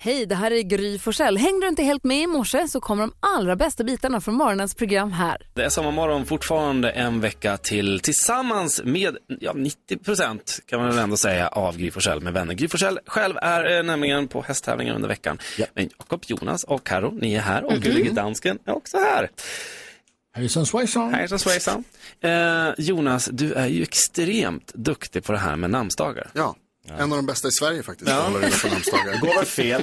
Hej, det här är Gry Forssell. Hängde du inte helt med i morse så kommer de allra bästa bitarna från morgonens program här. Det är samma morgon, fortfarande en vecka till tillsammans med ja, 90 procent kan man väl ändå säga av Gry Forssell med vänner. Gry Forssell själv är eh, nämligen på hästtävlingar under veckan. Men Jakob, Jonas och Karo, ni är här och Gullige Dansken är också här. Hejsan svejsan. Hejsan svejsan. Eh, Jonas, du är ju extremt duktig på det här med namnsdagar. Ja, en av de bästa i Sverige faktiskt. Ja. Ja. Alla reda på namnsdagar. Går var fel.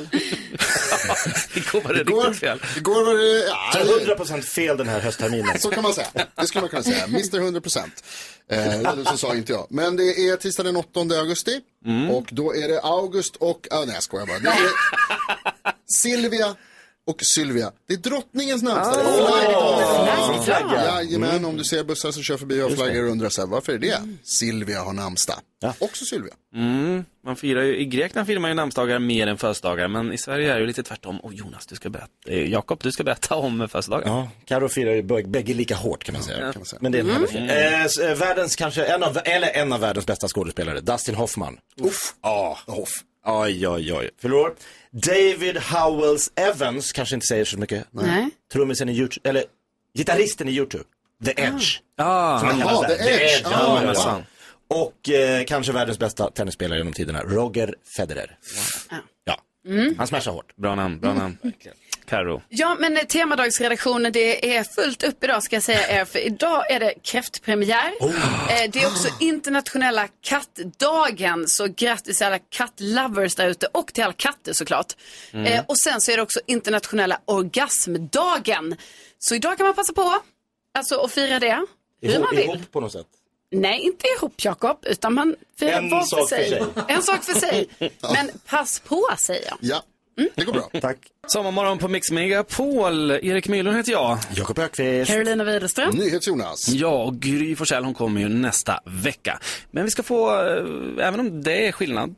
Igår var det Igår- riktigt fel. Igår var det, Så ja, 100% fel den här höstterminen. så kan man säga. Det skulle man kunna säga. Mr 100 procent. Eh, eller så sa inte jag. Men det är tisdag den 8 augusti. Och då är det August och, ah, nej jag skojar bara. Det är Silvia och Sylvia. Det är drottningens namnsdag. Åh, flagga. Jajamän, om du ser bussar som kör förbi och flaggar och undrar så här, varför är det? Silvia har namnsdag. Också Sylvia. Man firar ju, I Grekland firar man ju namnsdagar mer än födelsedagar, men i Sverige är det ju lite tvärtom. Och Jonas, du ska berätta, eh, Jakob, du ska berätta om födelsedagar. Ja, Carro firar ju bäg- bägge lika hårt kan man säga. man säga. Men det är en mm. eh, s- eh, Världens kanske, en av, eller en av världens bästa skådespelare, Dustin Hoffman. Uff. Ja. Hoff. Oj, oj, oj. Förlor. David Howells Evans, kanske inte säger så mycket. Nej. Trummisen i YouTube, eller gitarristen i YouTube. The Edge. Ah, Som han Jaha, kallas där. The Edge. ja, Ja, ja, men ja. sant. Och eh, kanske världens bästa tennisspelare genom tiderna, Roger Federer. Ja. Han smashar hårt. Bra namn, bra namn. Karo. Ja, men eh, temadagsredaktionen, det är fullt upp idag ska jag säga er, för idag är det kräftpremiär. Oh. Eh, Det är också internationella kattdagen, så grattis till alla kattlovers där ute och till alla katter såklart. Mm. Eh, Och sen så är det också internationella orgasmdagen. Så idag kan man passa på, alltså att fira det, hur man vill. Ihop på något sätt. Nej, inte ihop Jakob, utan man firar En var sak för för sig. sig. En sak för sig. Men pass på säger jag. Ja, det går bra. Tack. Sommarmorgon på Mix Megapol. Erik Myhlund heter jag. Jakob Ökvist. Carolina Widerström. NyhetsJonas. Ja, och Gry Forssell hon kommer ju nästa vecka. Men vi ska få, eh, även om det är skillnad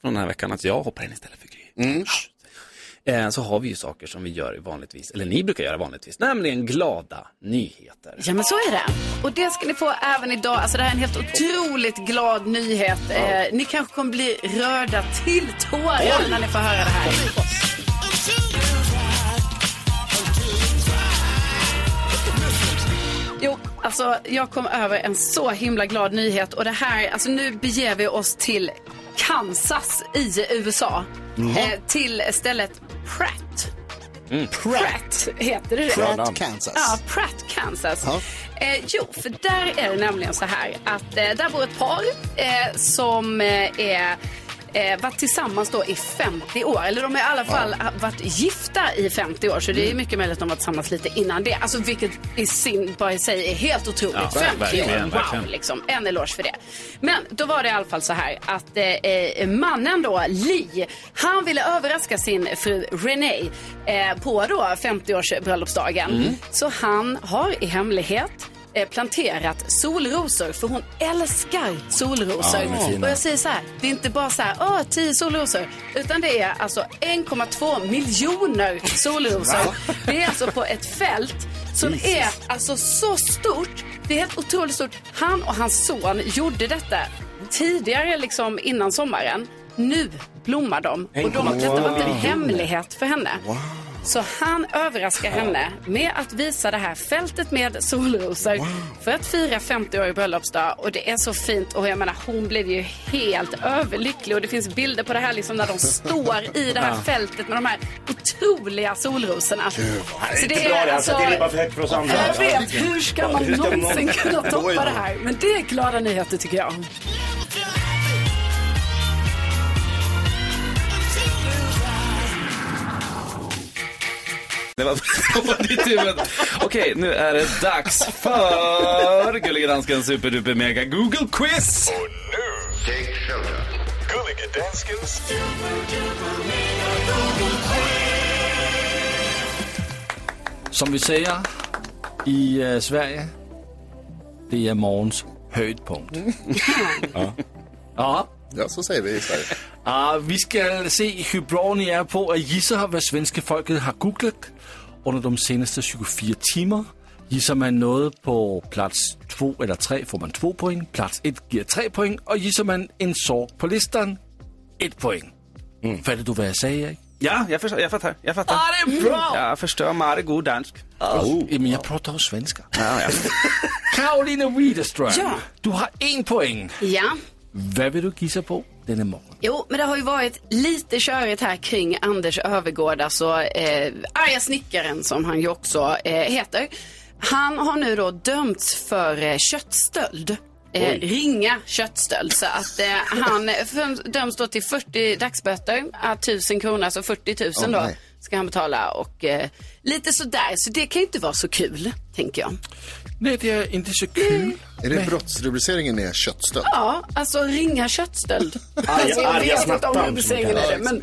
från den här veckan, att jag hoppar in istället för Gry. Eh, Så har vi ju saker som vi gör vanligtvis, eller ni brukar göra vanligtvis, nämligen glada nyheter. Ja men så är det. Och det ska ni få även idag. Alltså det här är en helt otroligt glad nyhet. Eh, ni kanske kommer bli rörda till tårar när ni får höra det här. Jo, alltså jag kom över en så himla glad nyhet och det här, alltså nu beger vi oss till Kansas i USA. Eh, till stället Pratt. Mm. Pratt heter det det. Pratt, Kansas. Ja, Pratt, Kansas. Ja. Eh, jo, för där är det nämligen så här att eh, där bor ett par eh, som eh, är eh, varit tillsammans då i 50 år. Eller de har i alla fall ha- varit gifta i 50 år. Så det är Mm. mycket möjligt att de varit tillsammans lite innan det. Alltså vilket i sin, bara i sig är helt otroligt. Ja, 50 verkligen, år, wow verkligen. liksom. En eloge för det. Men då var det i alla fall så här att eh, eh, mannen då, Lee, han ville överraska sin fru Renee eh, på då 50-års bröllopsdagen. Mm. Så han har i hemlighet eh, planterat solrosor för hon älskar solrosor. Ja, de är fina. och jag säger så här, det är inte bara så här, åh, 10 solrosor, utan det är alltså 1,2 miljoner solrosor. Det är alltså på ett fält som är alltså så stort. Det är helt otroligt stort. Han och hans son gjorde detta tidigare, liksom innan sommaren. Nu blommar de och de, detta var inte en hemlighet för henne. Så han överraskar henne med att visa det här fältet med solrosor för att fira 50-årig bröllopsdag. Och det är så fint. Och jag menar, hon blev ju helt överlycklig. Och det finns bilder på det här liksom när de står i det här fältet med de här otroliga solrosorna. Så Inte bra det, alltså, det är bara för högt för oss andra. jag vet, hur ska man Hur ska man- någonsin kunna toppa det här? Men det är glada nyheter tycker jag. Det var på ditt huvud. Okej, nu är det dags för Gullige Danskens superduper mega Google Quiz! Gulliga Danskens øh, Som vi säger i eh, Sverige, det är morgens höjdpunkt. Ja. ja, så säger vi i Sverige. Ah, vi ska se hur bra ni är på att gissa vad svenska folket har googlat under de senaste 24 timmar. Gissar man något på plats två eller tre får man två poäng, plats ett ger tre poäng och gissar man en sak på listan, ett poäng. Fattar du vad jag säger? Erik? Ja, jag, förstår, jag fattar. Jag fattar. Ah, det är bra! Jag förstår Mare god dansk. Ja, men jag pratar ju svenska. Ja, ja. Karolina Widerström, Ja. du har en poäng. Ja. Vad vill du gissa på denna morgon? Jo, men det har ju varit lite körigt här kring Anders Övergård, alltså eh, arga snickaren som han ju också eh, heter. Han har nu då dömts för eh, köttstöld. Eh, ringa köttstöld. Så att eh, han föm- döms då till 40 dagsböter, eh, 1000 kronor, alltså 40 000 Åh, då nej. ska han betala. Och eh, lite sådär, så det kan ju inte vara så kul, tänker jag. Nej, det är inte så kul. Är det brottsrubriceringen är köttstöld? Ja, alltså ringa köttstöld. alltså, jag arga vet inte om snattan, rubriceringen är det, men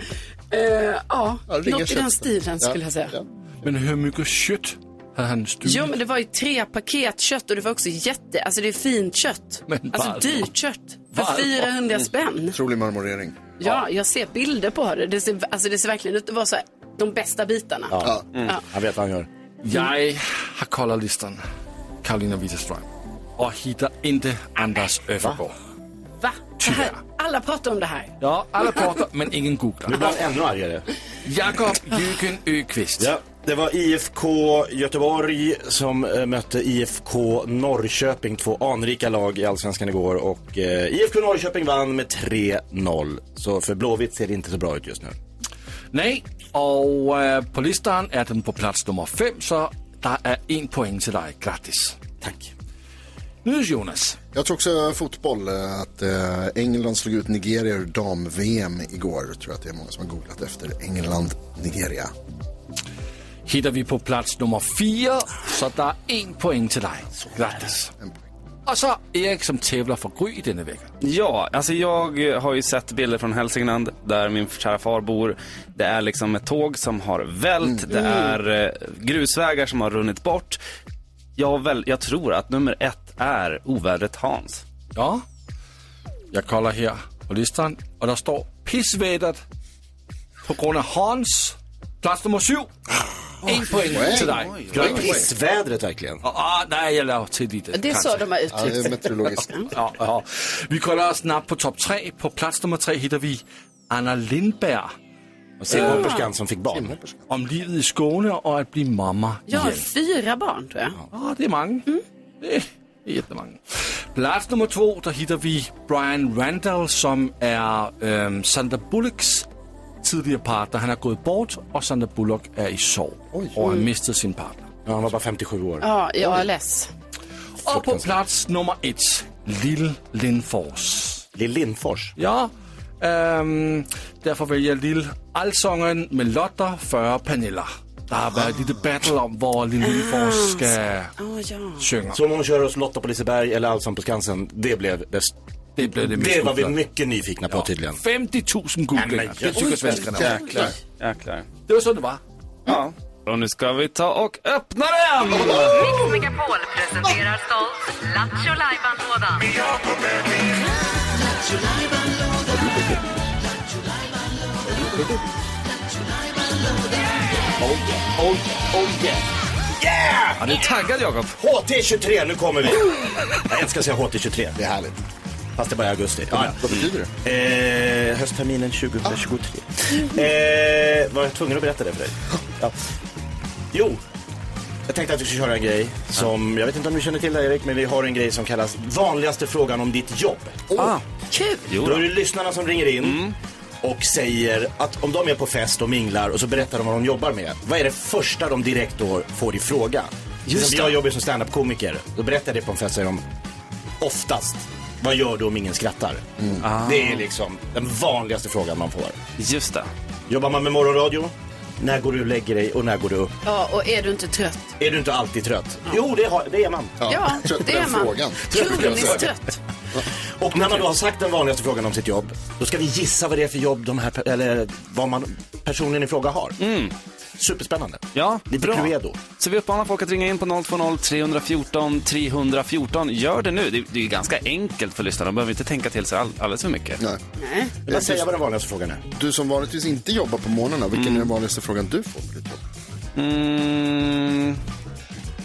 eh, ja, Ja, ringa något i den köttstöld. stilen Ja, skulle jag säga. ja. Men hur mycket kött har han stulit? Jo, men det var ju tre paket kött och det var också jätte, alltså det är fint kött. Men alltså varför? dyrt kött. För Varför? 400 spänn. Otrolig marmorering. Ja, jag ser bilder på det. Det ser, alltså det ser verkligen ut att vara så här, de bästa bitarna. Ja. Han vet vad han gör. Jag har kollat listan, Karolina Widerström, och hittar inte Anders Öfvergård. Va? Det här, Tyvärr. alla pratar om det här. Ja, alla pratar, men ingen Nu googlar. blir han ännu argare. Jakob Jürgen Öqvist. Ja, det var IFK Göteborg som eh, mötte IFK Norrköping, två anrika lag i Allsvenskan igår och eh, IFK Norrköping vann med 3-0. Så för Blåvitt ser det inte så bra ut just nu. Nej, och eh, på listan är den på plats nummer fem, så där är en poäng till dig. Grattis. Tack. Nu Jonas. Jag tror också fotboll, eh, att eh, England slog ut Nigeria ur dam-VM igår. Jag tror att det är många som har googlat efter England-Nigeria. hittar vi på plats nummer fyra, så där är en poäng till dig. Grattis. Och så Erik som tävlar för Gry denna vecka. Ja, alltså jag har ju sett bilder från Hälsingland där min kära far bor. Det är liksom ett tåg som har Mm. vält, det är eh, grusvägar som har runnit bort. Jag, väl, jag tror att nummer ett är ovädret Hans. Ja. Jag kollar här på listan och där står pissvädret på grund av Hans. Plats nummer sju. En poäng till dig. Grattis. Pissvädret verkligen. Ah, nej, jag la till lite. Det är så de Ja, har det uttryckt är sig. meteorologiskt. Ja, ja. Vi kollar snabbt på topp tre. På plats nummer tre hittar vi Anna Lindberg Och simhopperskan som fick barn. om livet i Skåne och att bli mamma Jag har igen. fyra barn tror jag. Ja, det är många. Det är jättemånga. Plats nummer två, där hittar vi Brian Randall som är ähm, Sandra Bullocks tidigare partner. Han har gått bort och Sandra Bullock är i sorg och har mistat sin partner. Ja, han var bara 57 år. Ja, jag är less. Och på plats nummer ett, Lill Lindfors. Lill Lindfors. Ja, ehm, därför väljer Lill allsången med Lotta före Pernilla. Det har varit lite battle om vad Lill Lindfors ska Åh, ja. sjunga. Så om hon kör hos Lotta på Liseberg eller Allsång på Skansen, det blev det, Det blev det det mest var vi googlade. mycket nyfikna på tydligen. 50 000 googlingar. Det tycker svenskarna om. Jäklar. Jäklar. Det var så det var. Ja. Och nu ska vi ta och öppna den! Mix Megapol presenterar stolt Lattjo Lajban-lådan. Ja, du är taggad Jakob. HT23, nu kommer vi! Jag älskar att säga HT23. Det är härligt. Fast det bara är augusti. Ja, ja. Vad betyder det? Eh, höstterminen 2023. Eh, var jag tvungen att berätta det för dig? Ja. Jo, jag tänkte att vi skulle köra en grej som, jag vet inte om du känner till det Erik, men vi har en grej som kallas vanligaste frågan om ditt jobb. Ah, Kul! jo Då är då. det lyssnarna som ringer in Mm. och säger att om de är på fest och minglar och så berättar de vad de jobbar med. Vad är det första de direkt då får i fråga? Just Som det. jag jobbar som standup-komiker. Då berättar jag det på en fest säger de oftast. Vad gör du om ingen skrattar? Mm. Det är liksom den vanligaste frågan man får. Just det. Jobbar man med morgonradio? När går du och lägger dig och när går du upp? Ja, och är du inte trött? Är du inte alltid trött? Jo, det, har, det är man. Ja, trött på det den är man. frågan. Kroniskt trött. Och när man då har sagt den vanligaste frågan om sitt jobb, då ska vi gissa vad det är för jobb de här, pe- eller vad man, personen i fråga har. Superspännande. Mm. Ja, Lite bra. Cluedo. Så vi uppmanar folk att ringa in på 020-314 314. Gör det nu. Det, det är ju ganska enkelt för lyssnarna. De behöver inte tänka till sig all, alldeles för mycket. Nej. Vill jag säga vad den vanligaste frågan är? Du som vanligtvis inte jobbar på morgnarna, vilken är den vanligaste frågan du får på ditt jobb? Mm.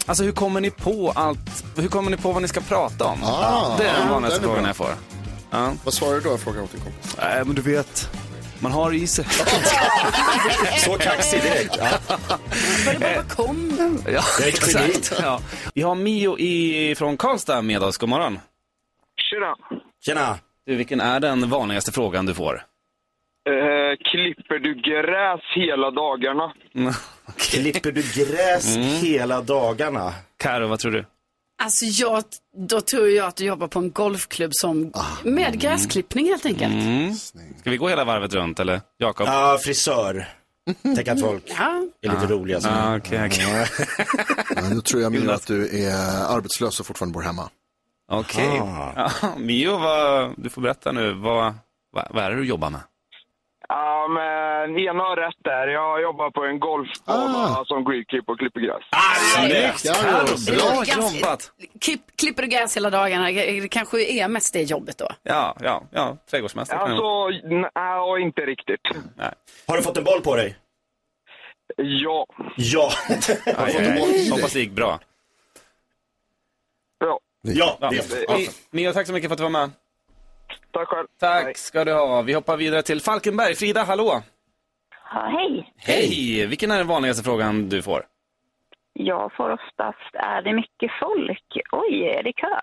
Alltså hur kommer ni på allt? Hur kommer ni på vad ni ska prata om? Ah, det är den ja, vanligaste den är frågan bra. jag får. Ja. Vad svarar du då? Jag frågar åt din kompis. Nej, men du vet. Man har i sig. Så kaxig direkt. Ja. Var det bara kom? ja, Jag är ett geni. exakt. Ja. Vi har Mio i, från Karlstad med oss. God morgon. Tjena! Tjena. Du, vilken är den vanligaste frågan du får? Eh, klipper du gräs hela dagarna? Klipper du gräs Mm. hela dagarna? Karo, vad tror du? Alltså jag, då tror jag att du jobbar på en golfklubb som, Ah. med gräsklippning helt enkelt. Mm. Ska vi gå hela varvet runt eller? Jakob? Ja, frisör. Tänk att folk Ja. är lite roliga. Så. Ah, okej, okej. Men då tror jag mer att du är arbetslös och fortfarande bor hemma. Okej. Ah. Ja, Mio, vad, du får berätta nu. Vad, vad, vad är det du jobbar med? Ja, men eh, ena har rätt där. Jag jobbar på en golfbana Ah. som greenkeeper och klipper gräs. Snyggt! Karo. Karo, bra Ganska- jobbat! Klipp, klipper du gräs hela dagarna? Det kanske är mest det jobbet då. Ja, ja, ja. Trädgårdsmästare kan jag vara. Alltså, nej, inte riktigt. Nej. Har du fått en boll på dig? Ja, Ja. Aj, en boll aj, i dig. Hoppas det gick bra. ja. ja, Ja. det. Mi- Mio, tack så mycket för att du var med. Tack själv. Tack ska du ha. Vi hoppar vidare till Falkenberg. Frida, hallå! Ja, hej. Hej! Vilken är den vanligaste frågan du får? Jag får oftast, är det mycket folk? Oj, är det kö?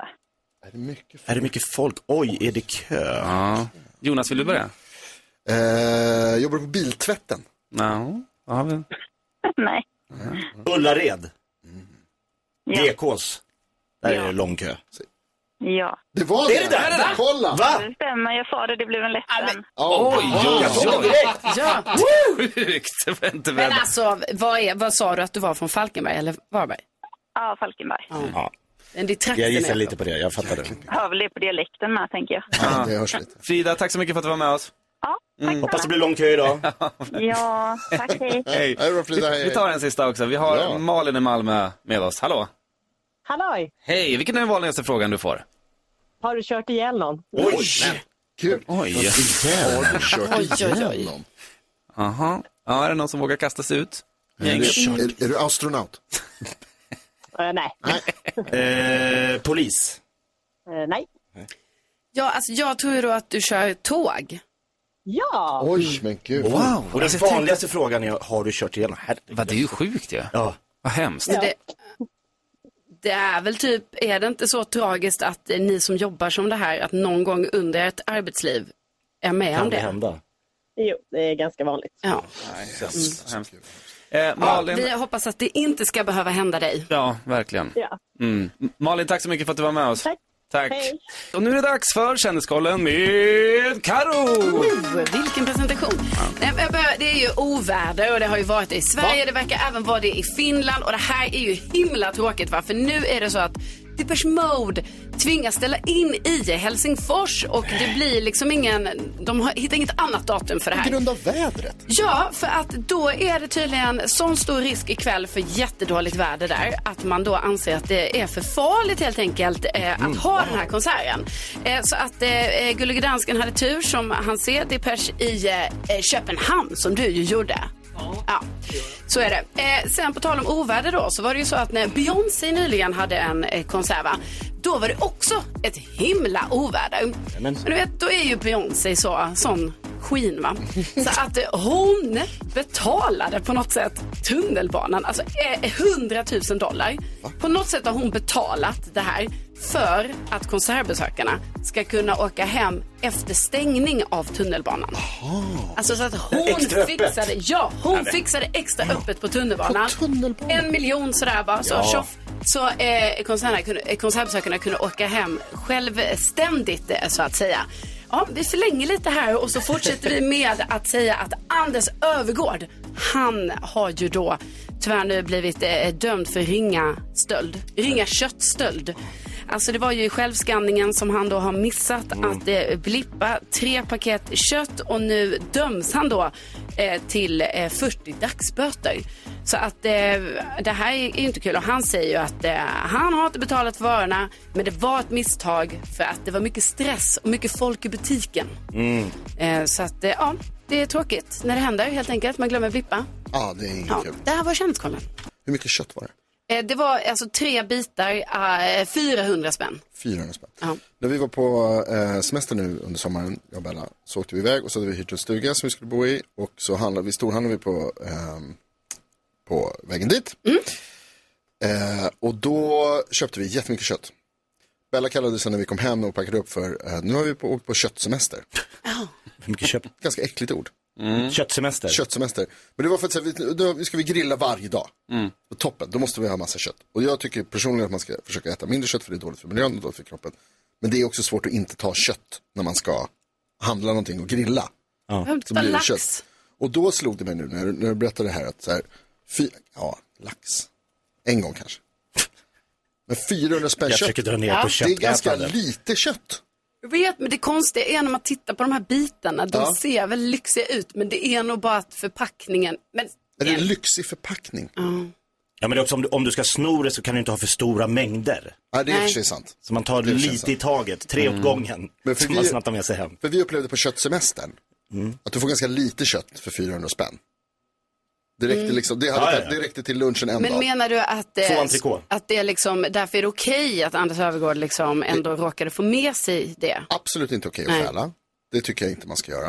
Är det mycket folk? Oj, är det kö? Ja. Jonas, vill du börja? Eh, jobbar du på biltvätten? No. Ja, men- Nej. Ullared. Ja. DKs. Där är det lång kö. ja. Det var det! Är det där? Kolla! Va? Det stämmer, jag sa det, det blev en ledsen. Oh, Oj, oj, oj! Ja. Sjukt! Jag var inte Men beredd. alltså, vad, är, vad sa du att du var från Falkenberg eller Varberg? Ja, Falkenberg. Ja, Men det är trakten jag gissar alltså. lite på det, jag fattar det. Hör väl det på dialekten med, tänker jag. Ja, det hörs lite. Frida, tack så mycket för att du var med oss. Ja, Mm. tack Hoppas det snälla. blir lång kö idag. Ja, tack, hej. Hej. Hej då, Frida, hej, Vi, vi tar en sista också. Vi har Ja. Malin i Malmö med oss. Hallå! Halloj! Hej, vilken är den vanligaste frågan du får? Har du kört ihjäl någon? Oj! Kul. Oj. Har du kört igenom? Aha. Ja, är det någon som vågar kasta sig ut? Gänget. Är, är du astronaut? nej. Eh, polis. Eh, nej. Ja, alltså, jag tror ju då att du kör tåg. Ja! Oj, men gud. Wow! Och den Alltså, jag tänkte- vanligaste frågan är, har du kört igenom? Herregud. Vad, det är ju sjukt ju. Ja. Vad hemskt. Så det, det är väl typ, är det inte så tragiskt att eh, ni som jobbar som det här, att någon gång under ett arbetsliv är med Kan om det det? hända? Jo, det är ganska vanligt. Ja. Mm. Hemskt. Eh, Ja, Malin. vi hoppas att det inte ska behöva hända dig. Ja, verkligen. Ja. Mm. Malin, tack så mycket för att du var med oss. Tack. Tack. Hej. Och nu är det dags för Kändiskollen med Karo. Vilken presentation. Nej, men jag börjar- Det är ju oväder och det har ju varit det i Sverige. Det verkar även vara det i Finland och det här är ju himla tråkigt va? för nu är det så att Depeche Mode tvingas ställa in i Helsingfors och det blir liksom ingen, de har, hittar inget annat datum för det På här. grund av vädret? Ja, för att då är det tydligen sån stor risk ikväll för jättedåligt väder där att man då anser att det är för farligt helt enkelt eh, att ha den här konserten. Eh, så att eh, eh, Gullige Dansken hade tur som han ser Depeche i eh, eh, Köpenhamn som du ju gjorde. Ja, så är det. Eh, sen på tal om oväder då, så var det ju så att när Beyoncé nyligen hade en eh, konsert, va, då var det också ett himla oväder. Men du vet, då är ju Beyoncé så, sån skinn va. Så att eh, hon betalade på något sätt tunnelbanan, alltså eh, 100 000 dollar. På något sätt har hon betalat det här för att konsertbesökarna ska kunna åka hem efter stängning av tunnelbanan. Alltså så att hon Extra öppet. fixade, ja, hon fixade extra öppet på tunnelbanan. På tunnelbanan? En miljon sådär bara. Så, tjoff, så eh, konserterna kunde, eh, konsertbesökarna kunde åka hem självständigt eh, så att säga. Ja, vi förlänger lite här och så fortsätter vi med att säga att Anders Övergård, han har ju då tyvärr nu blivit eh, dömd för ringa stöld, ringa köttstöld. Alltså det var ju i självskanningen som han då har missat Mm. att eh, blippa tre paket kött och nu döms han då eh, till eh, 40 dagsböter. Så att eh, det här är ju inte kul och han säger ju att eh, han har inte betalat varorna men det var ett misstag för att det var mycket stress och mycket folk i butiken. Mm. Eh, så att eh, ja, det är tråkigt när det händer helt enkelt. Man glömmer blippa. Ja, det är inget Ja, kul. det här var kändiskollen. Hur mycket kött var det? Eh, Det var alltså tre bitar, eh, 400 spänn. 400 spänn. Ja. När vi var på eh, semester nu under sommaren, jag och Bella, så åkte vi iväg och så hade vi hyrt en stuga som vi skulle bo i och så handlade vi, storhandlade vi på, ehm, på vägen dit. Eh, och då köpte vi jättemycket kött. Bella kallade sen när vi kom hem och packade upp för, eh, nu har vi på, åkt på köttsemester. Hur mycket köpt? Ganska äckligt ord. Köttsemester. Köttsemester. Men det var för att så här, vi, då ska vi grilla varje dag. Mm. Och toppen, då måste vi ha massa kött. Och jag tycker personligen att man ska försöka äta mindre kött för det är dåligt för miljön och dåligt för kroppen. Men det är också svårt att inte ta kött när man ska handla någonting och grilla. Ja. Så blir det kött. Och då slog det mig nu när, när du berättade det här att så här, fy, ja, lax. En gång kanske. Men 400 spänn Jag kött. försöker dra ner på Det är ganska köttätandet. lite kött. Jag vet, men det konstiga är när man tittar på de här bitarna, de Ja. ser väl lyxiga ut, men det är nog bara att förpackningen, men Eller en lyxig förpackning. Ja, men det är också om du, om du ska sno det så kan du inte ha för stora mängder. Ja, det är i och för Nej. sig sant. Så man tar Det är i och för sig lite sant. i taget, tre åt Mm. gången. Men för som vi- man snattar med sig hem. För vi upplevde på köttsemestern att du får ganska lite kött för 400 spänn. Det räckte, Mm. liksom, det, hade, Ja, ja, ja. det räckte till lunchen en men dag. menar du att, Två eh, entrecote. att det är liksom, därför är det okej att Anders Öfvergård liksom ändå råkade få med sig det? Absolut inte okej Nej. att stjäla. Det tycker jag inte man ska göra.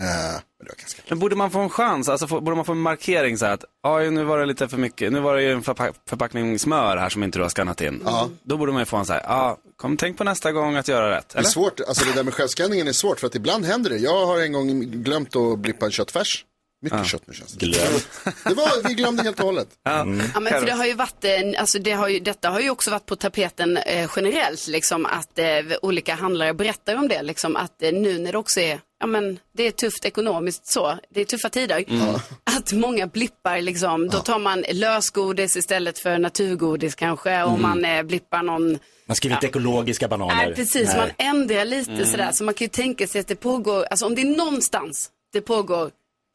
Eh, men det var ganska... Men borde man få en chans, alltså få, borde man få en markering så här att, "Aj, nu var det lite för mycket, nu var det ju en förpa- förpackning smör här som inte du har skannat in. Då borde man ju få en så här, ja, kom tänk på nästa gång att göra rätt. Det är Eller? svårt, alltså det där med självskanningen är svårt för att ibland händer det. Jag har en gång glömt att blippa en köttfärs. Mycket kött nu känns det. Glömt. Det var, vi glömde helt och hållet. Ja, men för det har ju varit, eh, alltså det har ju, detta har ju också varit på tapeten eh, generellt, liksom att eh, olika handlare berättar om det, liksom att eh, nu när det också är, ja men det är tufft ekonomiskt så, det är tuffa tider, Mm. att många blippar liksom, då tar man lösgodis istället för naturgodis kanske, och Mm. man eh, blippar någon Man skriver inte ekologiska bananer. Nej, precis. Man ändrar lite Mm. sådär. Så man kan ju tänka sig att det pågår, alltså om det är någonstans det pågår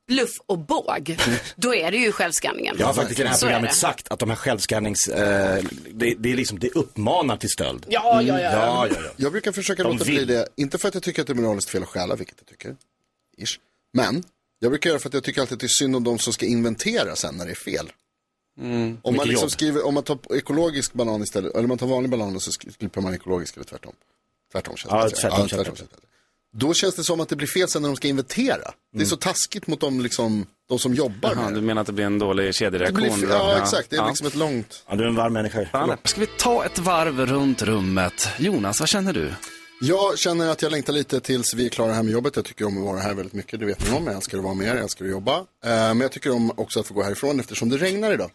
bluff och båg, då är det ju självskanningen. Jag har faktiskt i det här Så är programmet det. sagt att de här självskannings, eh, det, det är liksom, det uppmanar till stöld. Ja, ja, ja. ja, ja, ja. Jag brukar försöka De låta bli vill. det, inte för att jag tycker att det är moraliskt fel att stjäla, vilket jag tycker. Ish. Men, jag brukar göra för att jag tycker alltid att det är synd om de som ska inventera sen när det är fel. Om man, Mm. Mycket liksom jobb. skriver, om man tar ekologisk banan istället, eller man tar vanlig banan och så sk- klipper man ekologisk eller tvärtom. Tvärtom känns Ja, det. bättre. tvärtom känns det känns det. bättre. Då känns det som att det blir fel sen när de ska inventera. Mm. Det är så taskigt mot de, liksom, de som jobbar Jaha, med du menar att det blir en dålig det. kedjereaktion? blir fel, då? ja, exakt. Det är liksom ett långt... Ja, du är en varm människa. Fan, Ska vi ta ett varv runt rummet? Jonas, vad känner du? Jag känner att jag längtar lite tills vi är klara här med jobbet. Jag tycker om att vara här väldigt mycket, det vet ni om. Jag älskar att vara med er, jag älskar att jobba. Eh, Men jag tycker om också att få gå härifrån eftersom det regnar idag.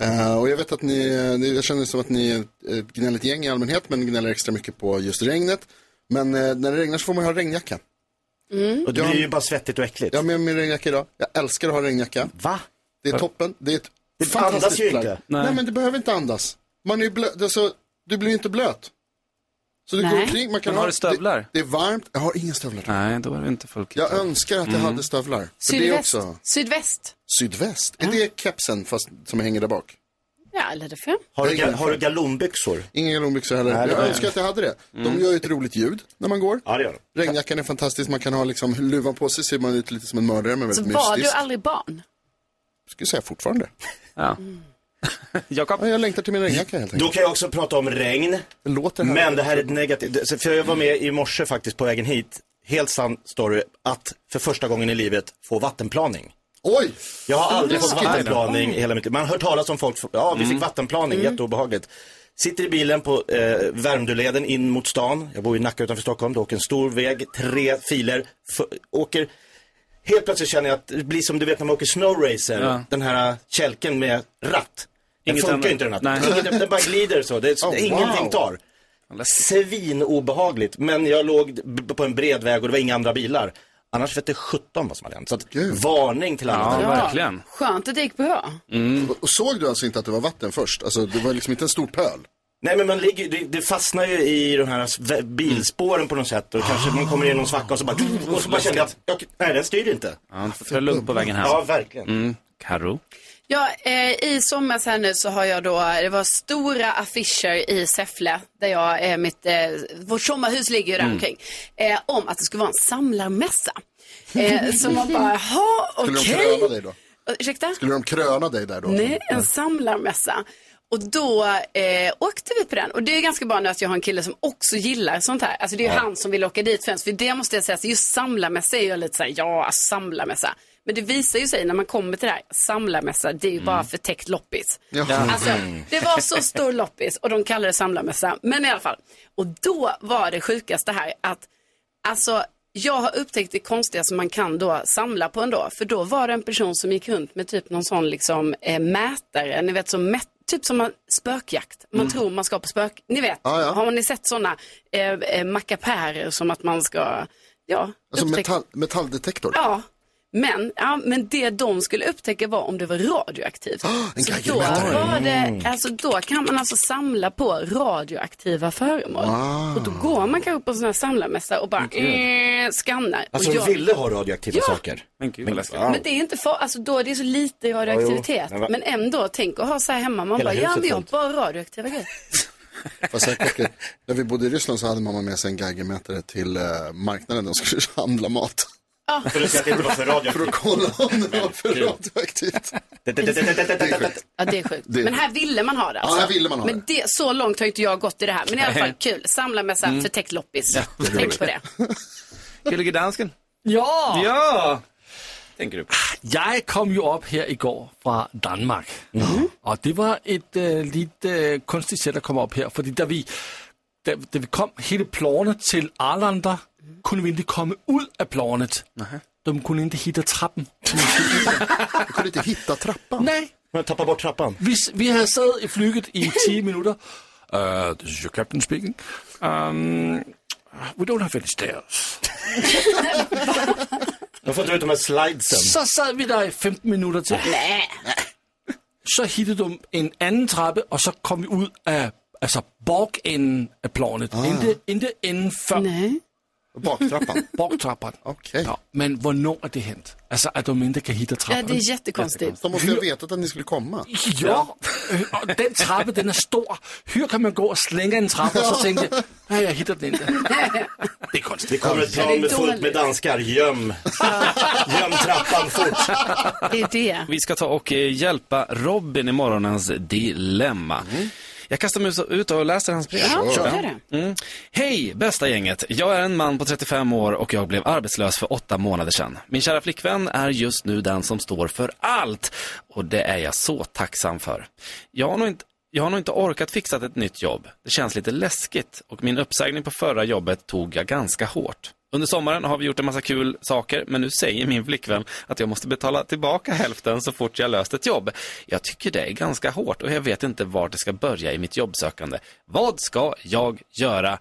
Eh, Och jag vet att ni, eh, ni- jag känner som att ni är ett gnälligt gäng i allmänhet, men gnäller extra mycket på just regnet. Men eh, när det regnar så får man ju ha regnjacka. Och det blir ju bara svettigt och äckligt. Jag har med mig regnjacka idag. Jag älskar att ha regnjacka. Va? Det är toppen. Det är ett Det fantastiskt andas ju plagg. inte. Nej. Nej. men du behöver inte andas. Man är ju blöt, alltså, du blir ju inte blöt. Så du Nej. går omkring, man kan Men har ha... du stövlar? Det, det är varmt. Jag har inga stövlar. Nej, då är det inte fullt. Jag önskar att jag Mm. hade stövlar. För det är Sydväst. också Sydväst. sydväst. Är det kepsen fast, som hänger där bak? Ja, eller det för. Har du, Jag har ga- ingen- har du galonbyxor? Inga galonbyxor heller. Nej, det jag var- önskar att jag hade det. Mm. De gör ju ett roligt ljud när man går. Ja, det gör de. Regnjackan är fantastisk. Man kan ha liksom luvan på sig, ser man ut lite som en mördare men Så väldigt Alltså, var du mystiskt. aldrig barn? Skulle säga fortfarande. Ja. Ja, jag längtar till min regnjacka helt enkelt. Då kan jag också prata om regn. Låter här. Men det här är ett negativt, så- för jag var med i morse faktiskt på vägen hit, helt sann story, att för första gången i livet få vattenplaning. Oj! Jag har aldrig fått Läskigt. vattenplaning i hela mitt liv. Man har hört talas om folk, som- ja Mm. vi fick vattenplaning, jätteobehagligt. Sitter i bilen på eh, Värmdöleden in mot stan, jag bor i Nacka utanför Stockholm, det åker en stor väg, tre filer, f- åker Helt plötsligt känner jag att det blir som du vet när man åker snowracer, Ja. den här eh, kälken med ratt. Den Inget funkar händer. ju inte den ratten. Nej. Inget- Den bara glider så, det, Oh, wow. ingenting tar. Svinobehagligt, men jag låg b- på en bred väg och det var inga andra bilar. Annars vet det 17 vad som hade hänt. Så att, varning till alla. Ja, verkligen. Skönt att det gick bra. Och såg du alltså inte att det var vatten först? Alltså det var liksom inte en stor pöl? Nej men man ligger, det, det fastnar ju i de här vä- bilspåren på något sätt och kanske man kommer in i någon svacka och så bara, och så bara känner jag att, jag, Mm. nej den styr inte. Ja, får ta det lugnt på vägen hem. Ja, verkligen. Mm. Karo. Ja, eh, i somras här nu så har jag då, det var stora affischer i Säffle, där jag, eh, mitt, eh, vårt sommarhus ligger ju där Mm. omkring, eh, om att det skulle vara en samlarmässa. Eh, så man bara, jaha, Skulle de okej. kröna dig då? Eh, Ursäkta? Skulle de kröna dig där då? Nej, en samlarmässa. Och då eh, åkte vi på den. Och det är ganska bra nu att jag har en kille som också gillar sånt här. Alltså det är ju Ja. han som vill åka dit främst. För det måste jag säga, så just samlarmässa är ju lite så här, ja, alltså, samlarmässa. Men det visar ju sig när man kommer till det här, samlarmässa, det är ju bara förtäckt loppis. Ja. Alltså, Mm. det var så stor loppis och de kallade det samlarmässa. Men i alla fall, och då var det sjukaste här att Alltså, jag har upptäckt det konstiga som man kan då samla på en dag. För då var det en person som gick runt med typ någon sån liksom eh, mätare, ni vet som mät- Typ som man, spökjakt, man Mm. tror man ska på spök, ni vet, Ja, ja. har ni sett sådana eh, eh, mackapärer som att man ska, ja, Alltså upptäcka- metall, metalldetektor? Ja. Men, ja, men det de skulle upptäcka var om det var radioaktivt. Så då, geigermätare. var det, Mm. alltså, då kan man alltså samla på radioaktiva föremål. Ah. Och då går man kanske på en sån här samlarmässa och bara Okej. eh, skannar. Alltså och de ville ha radioaktiva Ja. saker. Men gud vad läskigt. Men det är inte far... alltså då är det så lite Ja, radioaktivitet. jo. Men va- Men ändå, tänk att ha så här hemma. Man Hela bara, ja huset men jag har fullt. bara radioaktiva grejer. Fast jag kockar, när vi bodde i Ryssland så hade mamma med sig en geigermätare till eh, marknaden och skulle handla mat. Ja. För att se att det inte var för radioaktivt. För att kolla om det var för radioaktivt. Det är sjukt. Ja, det är sjukt. Det- Men här ville man ha det. Ja, Alltså. här ville man ha Men det, så långt har inte jag gått i det här. Men i alla fall Nej. kul. Samlarmässa, Mm. förtäckt loppis. Ja, det är Tänk roligt. på det. Gullige dansken. Ja! Ja! Tänker du på. Jeg kom jo op her i går fra Danmark, og det var et øh, lidt øh, kunstigt sæt at komme op her, fordi da vi, da, da vi kom hele plovene til Arlander, kunne vi ikke komme ud af plovnet. De kunne ikke hitte trappen. Du kunde inte hitta trappan. Nej. Man tappar bort trappan. Vi, vi havde siddet i flyget i 10 minutter. Uh, this is your captain speaking. Um, we don't have any stairs. De får dra ut de här slidesen. Så sad vi der i 15 minutter til. Så hittede du en anden trappe, og så kom vi ud af altså borgenden af plovnet. Ah. Inte, inte enden før. Nej. Baktrappan. Baktrappan. Okay. Ja, men hvornår er det hent? Altså, at de ikke kan hitte trappen. De måste ju ha vetat att ni skulle komma. Ja, Øh, og den trappe, den er stor. Hur kan man gå og slænge en trappe, og så tænke, nej, jeg hitter den ikke. Det är konstigt. Det kommer ett plan med fullt med danskar. Göm. Göm trappan fort. Det är det. Vi ska ta och eh, hjälpa Robin i morgonens dilemma. Jag kastar mig ut- ut och läser hans brev. Ja, Kör. gör Mm. Hej, bästa gänget. Jag är en man på 35 år och jag blev arbetslös för åtta månader sedan. Min kära flickvän är just nu den som står för allt och det är jag så tacksam för. Jag har nog inte jag har nog inte orkat fixa ett nytt jobb. Det känns lite läskigt och min uppsägning på förra jobbet tog jag ganska hårt. Under sommaren har vi gjort en massa kul saker, men nu säger min flickvän att jag måste betala tillbaka hälften så fort jag löst ett jobb. Jag tycker det är ganska hårt och jag vet inte vart det ska börja i mitt jobbsökande. Vad ska jag göra?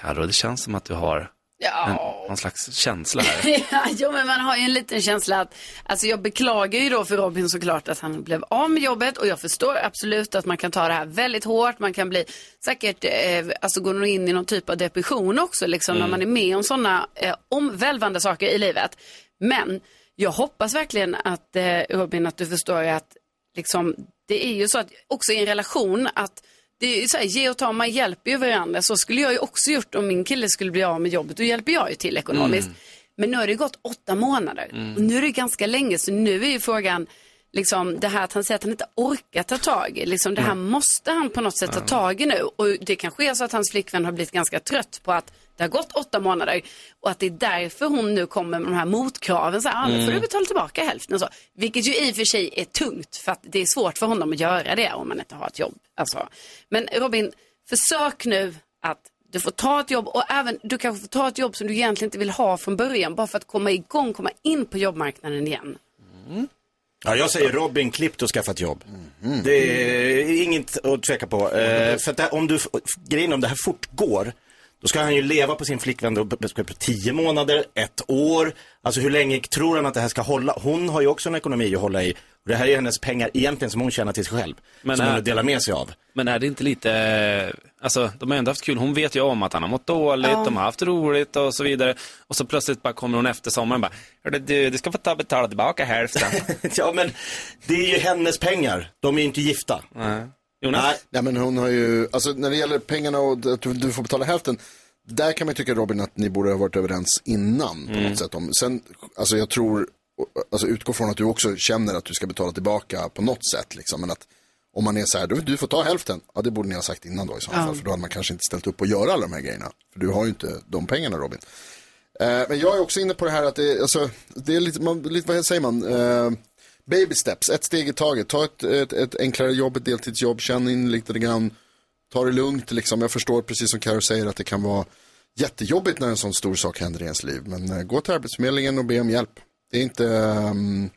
Karo, det känns som att du har en, Ja. någon slags känsla här. Ja, jo, men man har ju en liten känsla att, alltså jag beklagar ju då för Robin såklart att han blev av med jobbet och jag förstår absolut att man kan ta det här väldigt hårt, man kan bli säkert, eh, alltså gå nog in i någon typ av depression också liksom Mm. när man är med om sådana eh, omvälvande saker i livet. Men jag hoppas verkligen att eh, Robin att du förstår att liksom, det är ju så att också i en relation att det är ju så här, ge och ta, man hjälper ju varandra. Så skulle jag ju också gjort om min kille skulle bli av med jobbet, då hjälper jag ju till ekonomiskt. Mm. Men nu har det gått åtta månader Mm. och nu är det ganska länge så nu är ju frågan liksom det här att han säger att han inte orkar ta tag i. Liksom, det här Mm. måste han på något sätt ta tag i nu och det kanske är så att hans flickvän har blivit ganska trött på att det har gått åtta månader och att det är därför hon nu kommer med de här motkraven. Så här, ah, nu får Mm. du betala tillbaka hälften och så. Vilket ju i och för sig är tungt för att det är svårt för honom att göra det om man inte har ett jobb. Alltså. Men Robin, försök nu att du får ta ett jobb och även du kanske får ta ett jobb som du egentligen inte vill ha från början bara för att komma igång, komma in på jobbmarknaden igen. Ja, jag säger Robin, klippt och skaffat jobb. Det är inget att tveka på. Eh, för att det här, om du, f- grejen är om det här fortgår, Då ska han ju leva på sin flickvän då, på på tio månader, ett år. Alltså hur länge tror han att det här ska hålla? Hon har ju också en ekonomi att hålla i. Och det här är hennes pengar egentligen som hon tjänar till sig själv. Men som är- hon delar med sig av. Men är det inte lite, eh, alltså de har ju ändå haft kul. Hon vet ju om att han har mått dåligt, Ja. de har haft roligt och så vidare. Och så plötsligt bara kommer hon efter sommaren bara, "Hörru du, du ska få ta betala tillbaka hälften. ja men det är ju hennes pengar. De är ju inte gifta. Nej. Nej. Nej, men hon har ju, alltså när det gäller pengarna och att du, du får betala hälften, där kan man tycka Robin att ni borde ha varit överens innan på Mm. något sätt. Om, sen, alltså jag tror, alltså utgå från att du också känner att du ska betala tillbaka på något sätt liksom, men att om man är så här, du, du får ta hälften, ja det borde ni ha sagt innan då i så Ja. fall, för då hade man kanske inte ställt upp och göra alla de här grejerna. För du har ju inte de pengarna Robin. Eh, men jag är också inne på det här att det, alltså, det är lite, man, lite vad säger man? Eh, baby steps, ett steg i taget. Ta ett, ett, ett enklare jobb, ett deltidsjobb, känn in lite grann. Ta det lugnt liksom. Jag förstår precis som Karo säger att det kan vara jättejobbigt när en sån stor sak händer i ens liv. Men eh, gå till Arbetsförmedlingen och be om hjälp. Det är inte, ehm,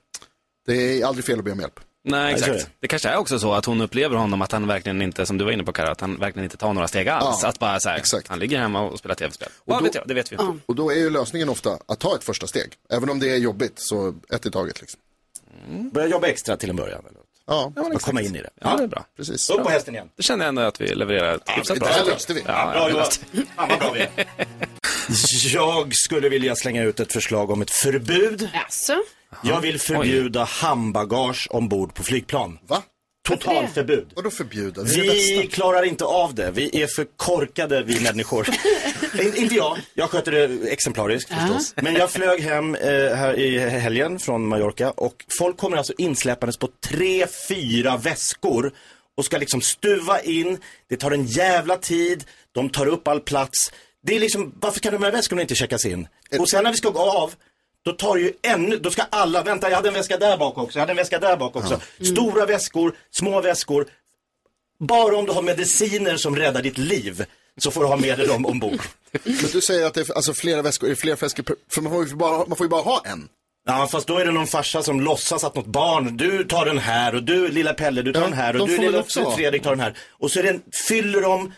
det är aldrig fel att be om hjälp. Nej, Nej, så är exakt. det. Det kanske är också så att hon upplever honom att han verkligen inte, som du var inne på Karo, att han verkligen inte tar några steg alls. Ja, att bara så här, han ligger hemma och spelar tv-spel. Och Ja, då- vet jag, det vet vi. Och då är ju lösningen ofta att ta ett första steg. Även om det är jobbigt, så ett i taget liksom. Börja jobba extra till en början. Ja, ja men komma in i det. Ja, det är bra. Precis. Upp på hästen igen. Det känner jag ändå att vi levererar ett hyfsat det bra. där sätt. löste vi. Ja, Bra ja, jobbat. visst. Fan vad bra vi är. Jag skulle vilja slänga ut ett förslag om ett förbud. Alltså? Jag vill förbjuda handbagage ombord på flygplan. Va? Totalförbud. Vadå förbjuda? Det är det bästa. Vi klarar inte av det. Vi är för korkade, vi människor. In, inte jag. Jag sköter det exemplariskt förstås. Men jag flög hem eh, här i helgen från Mallorca och folk kommer alltså insläppandes på tre, fyra väskor och ska liksom stuva in. Det tar en jävla tid. De tar upp all plats. Det är liksom, varför kan de här väskorna inte checkas in? Eh. Och sen när vi ska gå av, då tar det ju ännu, då ska alla, vänta jag hade en väska där bak också, jag hade en väska där bak också. Mm. Stora väskor, små väskor, bara om du har mediciner som räddar ditt liv så får du ha med dig dem ombord. Men du säger att det är alltså, flera väskor, är det flera väskor, per- för man får ju bara, man får ju bara ha en. Ja fast då är det någon farsa som låtsas att något barn, du tar den här och du lilla Pelle du tar Ja, den här och de du får väl lilla också ha. Fredrik tar den här. Och så är det en, fyller de,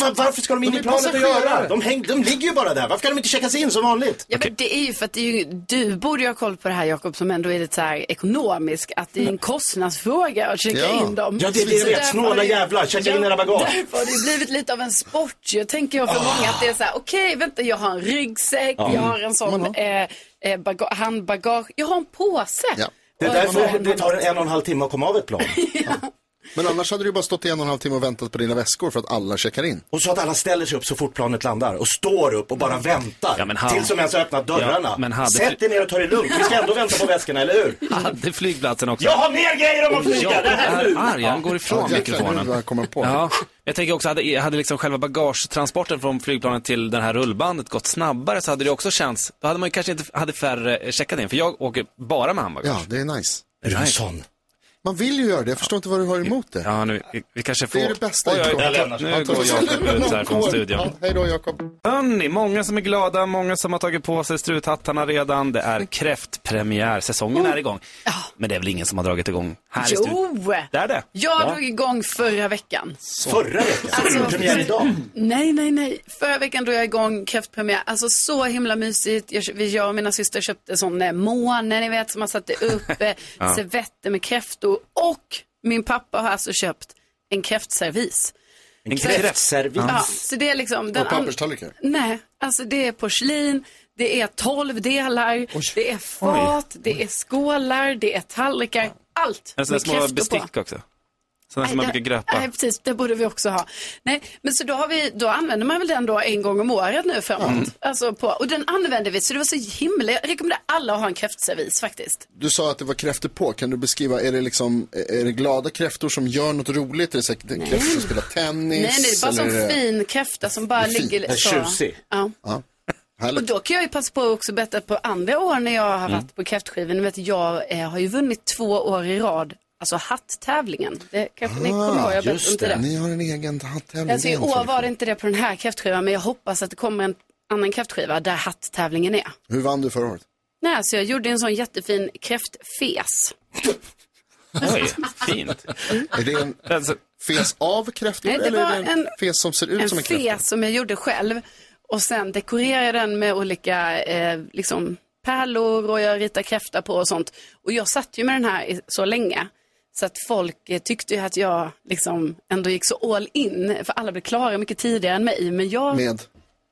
Va- varför ska de in De i är planet och passagerare. göra? De, häng, de ligger ju bara där, varför kan de inte checkas in som vanligt? Ja, men det är ju för att det är ju, du borde ju ha koll på det här Jakob som ändå är lite så här ekonomisk, att det är en kostnadsfråga att checka Ja. in dem. Ja, det är det jag Så vet. därför Snåla har det ju- jävlar, checka in era bagage. Därför har det ju blivit lite av en sport ju, tänker jag för många att det är så här, okej vänta jag har en ryggsäck, Ja. Mm. jag har en sån eh, eh, baga- handbagage, jag har en påse. Det är Och en därför sån- det tar en och en halv timme att komma av ett plan. Men annars hade du ju bara stått i en och en halv timme och väntat på dina väskor för att alla checkar in. Och så att alla ställer sig upp så fort planet landar och står upp och bara väntar. Ja, men hade- Tills de ens har öppnat dörrarna. Ja, men hade- Sätt er ner och ta det lugnt, vi ska ändå vänta på väskorna, eller hur? Hade flygplatsen också. Jag har mer grejer om att flyga! Jag Det här är nu! arg, han går ifrån Ja, jäklar, mikrofonen. nu har jag kommit på. Ja. Jag tänker också, hade, hade liksom själva bagagetransporten från flygplanet till den här rullbandet gått snabbare så hade det också känts, då hade man ju kanske inte, hade färre checkat in, för jag åker bara med handbagage. Ja, det är nice. Är du en sån? Man vill ju göra det, jag förstår inte vad du har emot det. Ja, nu, vi, vi kanske får... Det är det bästa Oj, oj, jag jag lämnar. Nu Ja, går Jakob ut här från går. studion. Ja, hej då Jakob. Hörni, många som är glada, många som har tagit på sig struthattarna redan. Det är kräftpremiär, säsongen är igång. Men det är väl ingen som har dragit igång här i studion? Jo! Det är det? Jag Ja. drog igång förra veckan. Förra veckan? Alltså, Premiär idag? Nej, nej, nej. Förra veckan drog jag igång kräftpremiär. Alltså så himla mysigt. Jag, vi- jag och mina syster köpte sån eh, måne, ni vet, som man satte upp. eh, Ja. Servetter med kräftor. Och min pappa har alltså köpt en kräftservis. En Så- kräftservis? Ja, så det är liksom... Och an- papperstallrikar? Nej, alltså det är porslin, det är tolvdelar, det är fat, det är skålar, det är tallrikar. Allt Eller sådana med Alltså, små kräftor på. bestick också. Sådana som Alltså, man Nej, brukar det- gröpa. Nej, precis. Det borde vi också ha. Nej, men så då, har vi, då använder man väl den då en gång om året nu framåt. Mm. Alltså på, och den använder vi, så det var så himla... Jag rekommenderar alla att ha en kräftservis faktiskt. Du sa att det var kräftor på, kan du beskriva, är det liksom, är det glada kräftor som gör något roligt? Är det så här, kräftor som spelar tennis? nej, nej, bara eller är sån det- fin kräfta som bara Fin. ligger Den är så. tjusig. Ja. Ja. Och då kan jag ju passa på att också berätta på andra år när jag har Mm. varit på kräftskivan. Ni vet, jag eh, har ju vunnit två år i rad, alltså hatttävlingen. Det kanske ni kommer ihåg, jag berättade Ah, just inte det. det. Ni har en egen hattävling. Alltså, I år var det inte det på den här kräftskivan, men jag hoppas att det kommer en annan kräftskiva där hatttävlingen är. alltså, Hur vann du förra året? Nej, så jag gjorde en sån jättefin kräftfes. Oj, fint. Alltså, Är det en fes av kräftor Nej, det eller var är det en, en- fes som ser ut en som en kräfta? fes som jag gjorde själv. Och sen dekorerade jag den med olika eh, liksom, pärlor och jag ritade kräfta på och sånt. Och jag satt ju med den här i så länge. Så att folk eh, tyckte ju att jag liksom ändå gick så all in. För alla blev klara mycket tidigare än mig. Men jag... Med?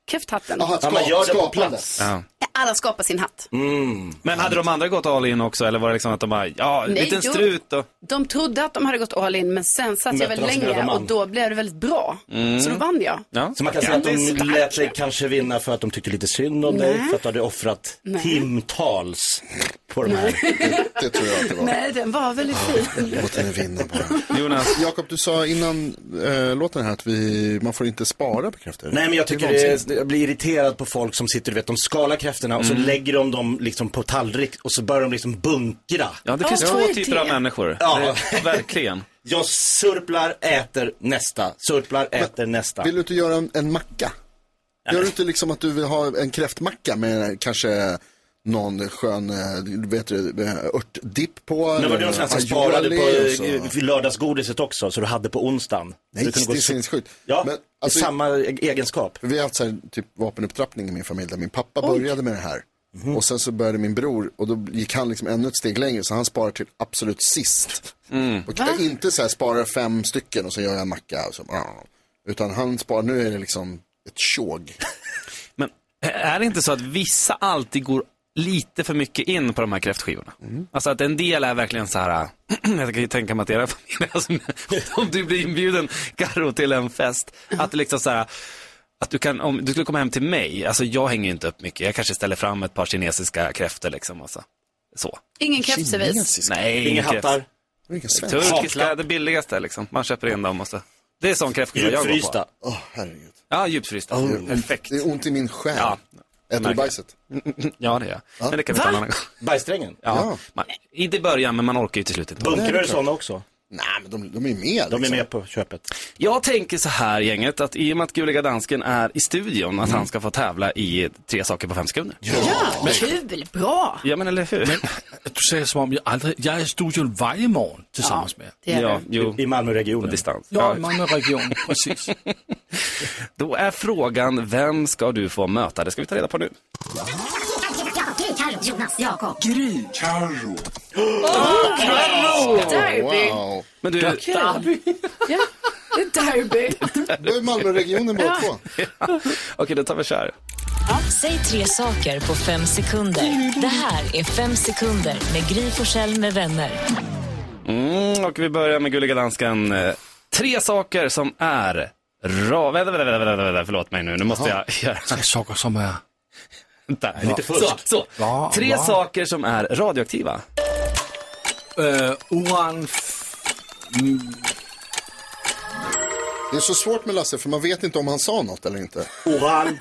Kräfthatten. Jaha, Ja, man gör det på plats. Ja. Alla skapar sin hatt. Mm. Men hade de andra gått all in också eller var det liksom att de bara, ja, en Nej, liten jo. strut och... De trodde att de hade gått all in men sen satt Mötte jag väl de sin röda länge man. och då blev det väldigt bra. Mm. Så då vann jag. Så man kan säga att de Grattis. lät dig kanske vinna för att de tyckte lite synd om dig, Nej. för att du hade offrat Nej. timtals på de här. Det tror jag att det var. Nej, den var väldigt fin. Låt henne vinna bara. Jonas. Jakob, du sa innan eh, låten här att vi, man får inte spara på kräftor. Nej men jag tycker Det är det vansinnigt. är, jag blir irriterad på folk som sitter, du vet, de skalar kräftorna och så Mm. lägger de dem liksom på tallrik och så börjar de liksom bunkra. Ja, det finns två typer av människor. Ja. Det- Verkligen. Jag surplar, äter nästa, surplar, äter nästa. Vill du inte göra en, en macka? Gör du inte liksom att du vill ha en kräftmacka med kanske någon skön eh, du vet du, eh, örtdipp på? Men var det eller någonstans som aioli sparade på och så? eh, lördagsgodiset också, så du hade på onsdagen? Nej, du kunde gå det är och- sinnessjukt. Ja, Men, det är alltså- samma e- egenskap. Vi har haft så här, typ vapenupptrappning i min familj där min pappa Oj. började med det här. Och sen så började min bror och då gick han liksom ännu ett steg längre så han sparar till absolut sist. Och inte så här sparar fem stycken och så gör jag en macka. Och så, utan han sparar, nu är det liksom ett tjog. Men är det inte så att vissa alltid går lite för mycket in på de här kräftskivorna? Alltså att en del är verkligen så här, jag kan ju tänka mig att era familjer, alltså, om du blir inbjuden, Karo till en fest, att du liksom så här, att du kan, om du skulle komma hem till mig, alltså jag hänger ju inte upp mycket, jag kanske ställer fram ett par kinesiska kräftor liksom och så. så. Ingen kräftservis. Nej, Inga kräft. hattar. Turkiska, det billigaste liksom, man köper in dem och så. Det är sån kräftskiva jag går på. Djupfrysta. Åh, herregud. Ja, djupfrysta. Det gör ont- Perfekt. Det är ont i min själ. Ja. Äter du Märker. bajset? Ja, det gör jag. Men det kan vi ta en annan gång. Bajsträngen? Ja. Ja. Man, inte i början, men man orkar ju till slutet. Bunkrar du sådana också? Nej, men de, de är ju med. De är liksom. med på köpet. Jag tänker så här gänget, att i och med att Gulliga Dansken är i studion, att han ska få tävla i tre saker på fem sekunder. Ja, kul, bra. Ja, men eller hur? Du säger som om jag aldrig... Jag är i studion varje morgon tillsammans med er. Det är ja, det. jo, I på Malmöregionen. distans. Ja, Malmöregion, precis. Då är frågan, vem ska du få möta? Det ska vi ta reda på nu. Gry. Derby. Wow. Men du, Kul. Ja, det är derby. Då är Malmöregionen båda två. okej då tar vi så här. Säg tre saker på fem sekunder. Det här är Fem sekunder med Gry Forssell med vänner. Mm, och vi börjar med Gulliga Dansken. Eh, Tre saker som är ra... Vänta, vänta, vänta, vänta, vänta, förlåt mig nu. Nu måste jag göra... Tre saker som är... Vänta, lite fusk. Så, så. Ja, Tre ja. saker som är radioaktiva. Uh, uran... f- mm, Det är så svårt med Lasse för man vet inte om han sa något eller inte. Uran.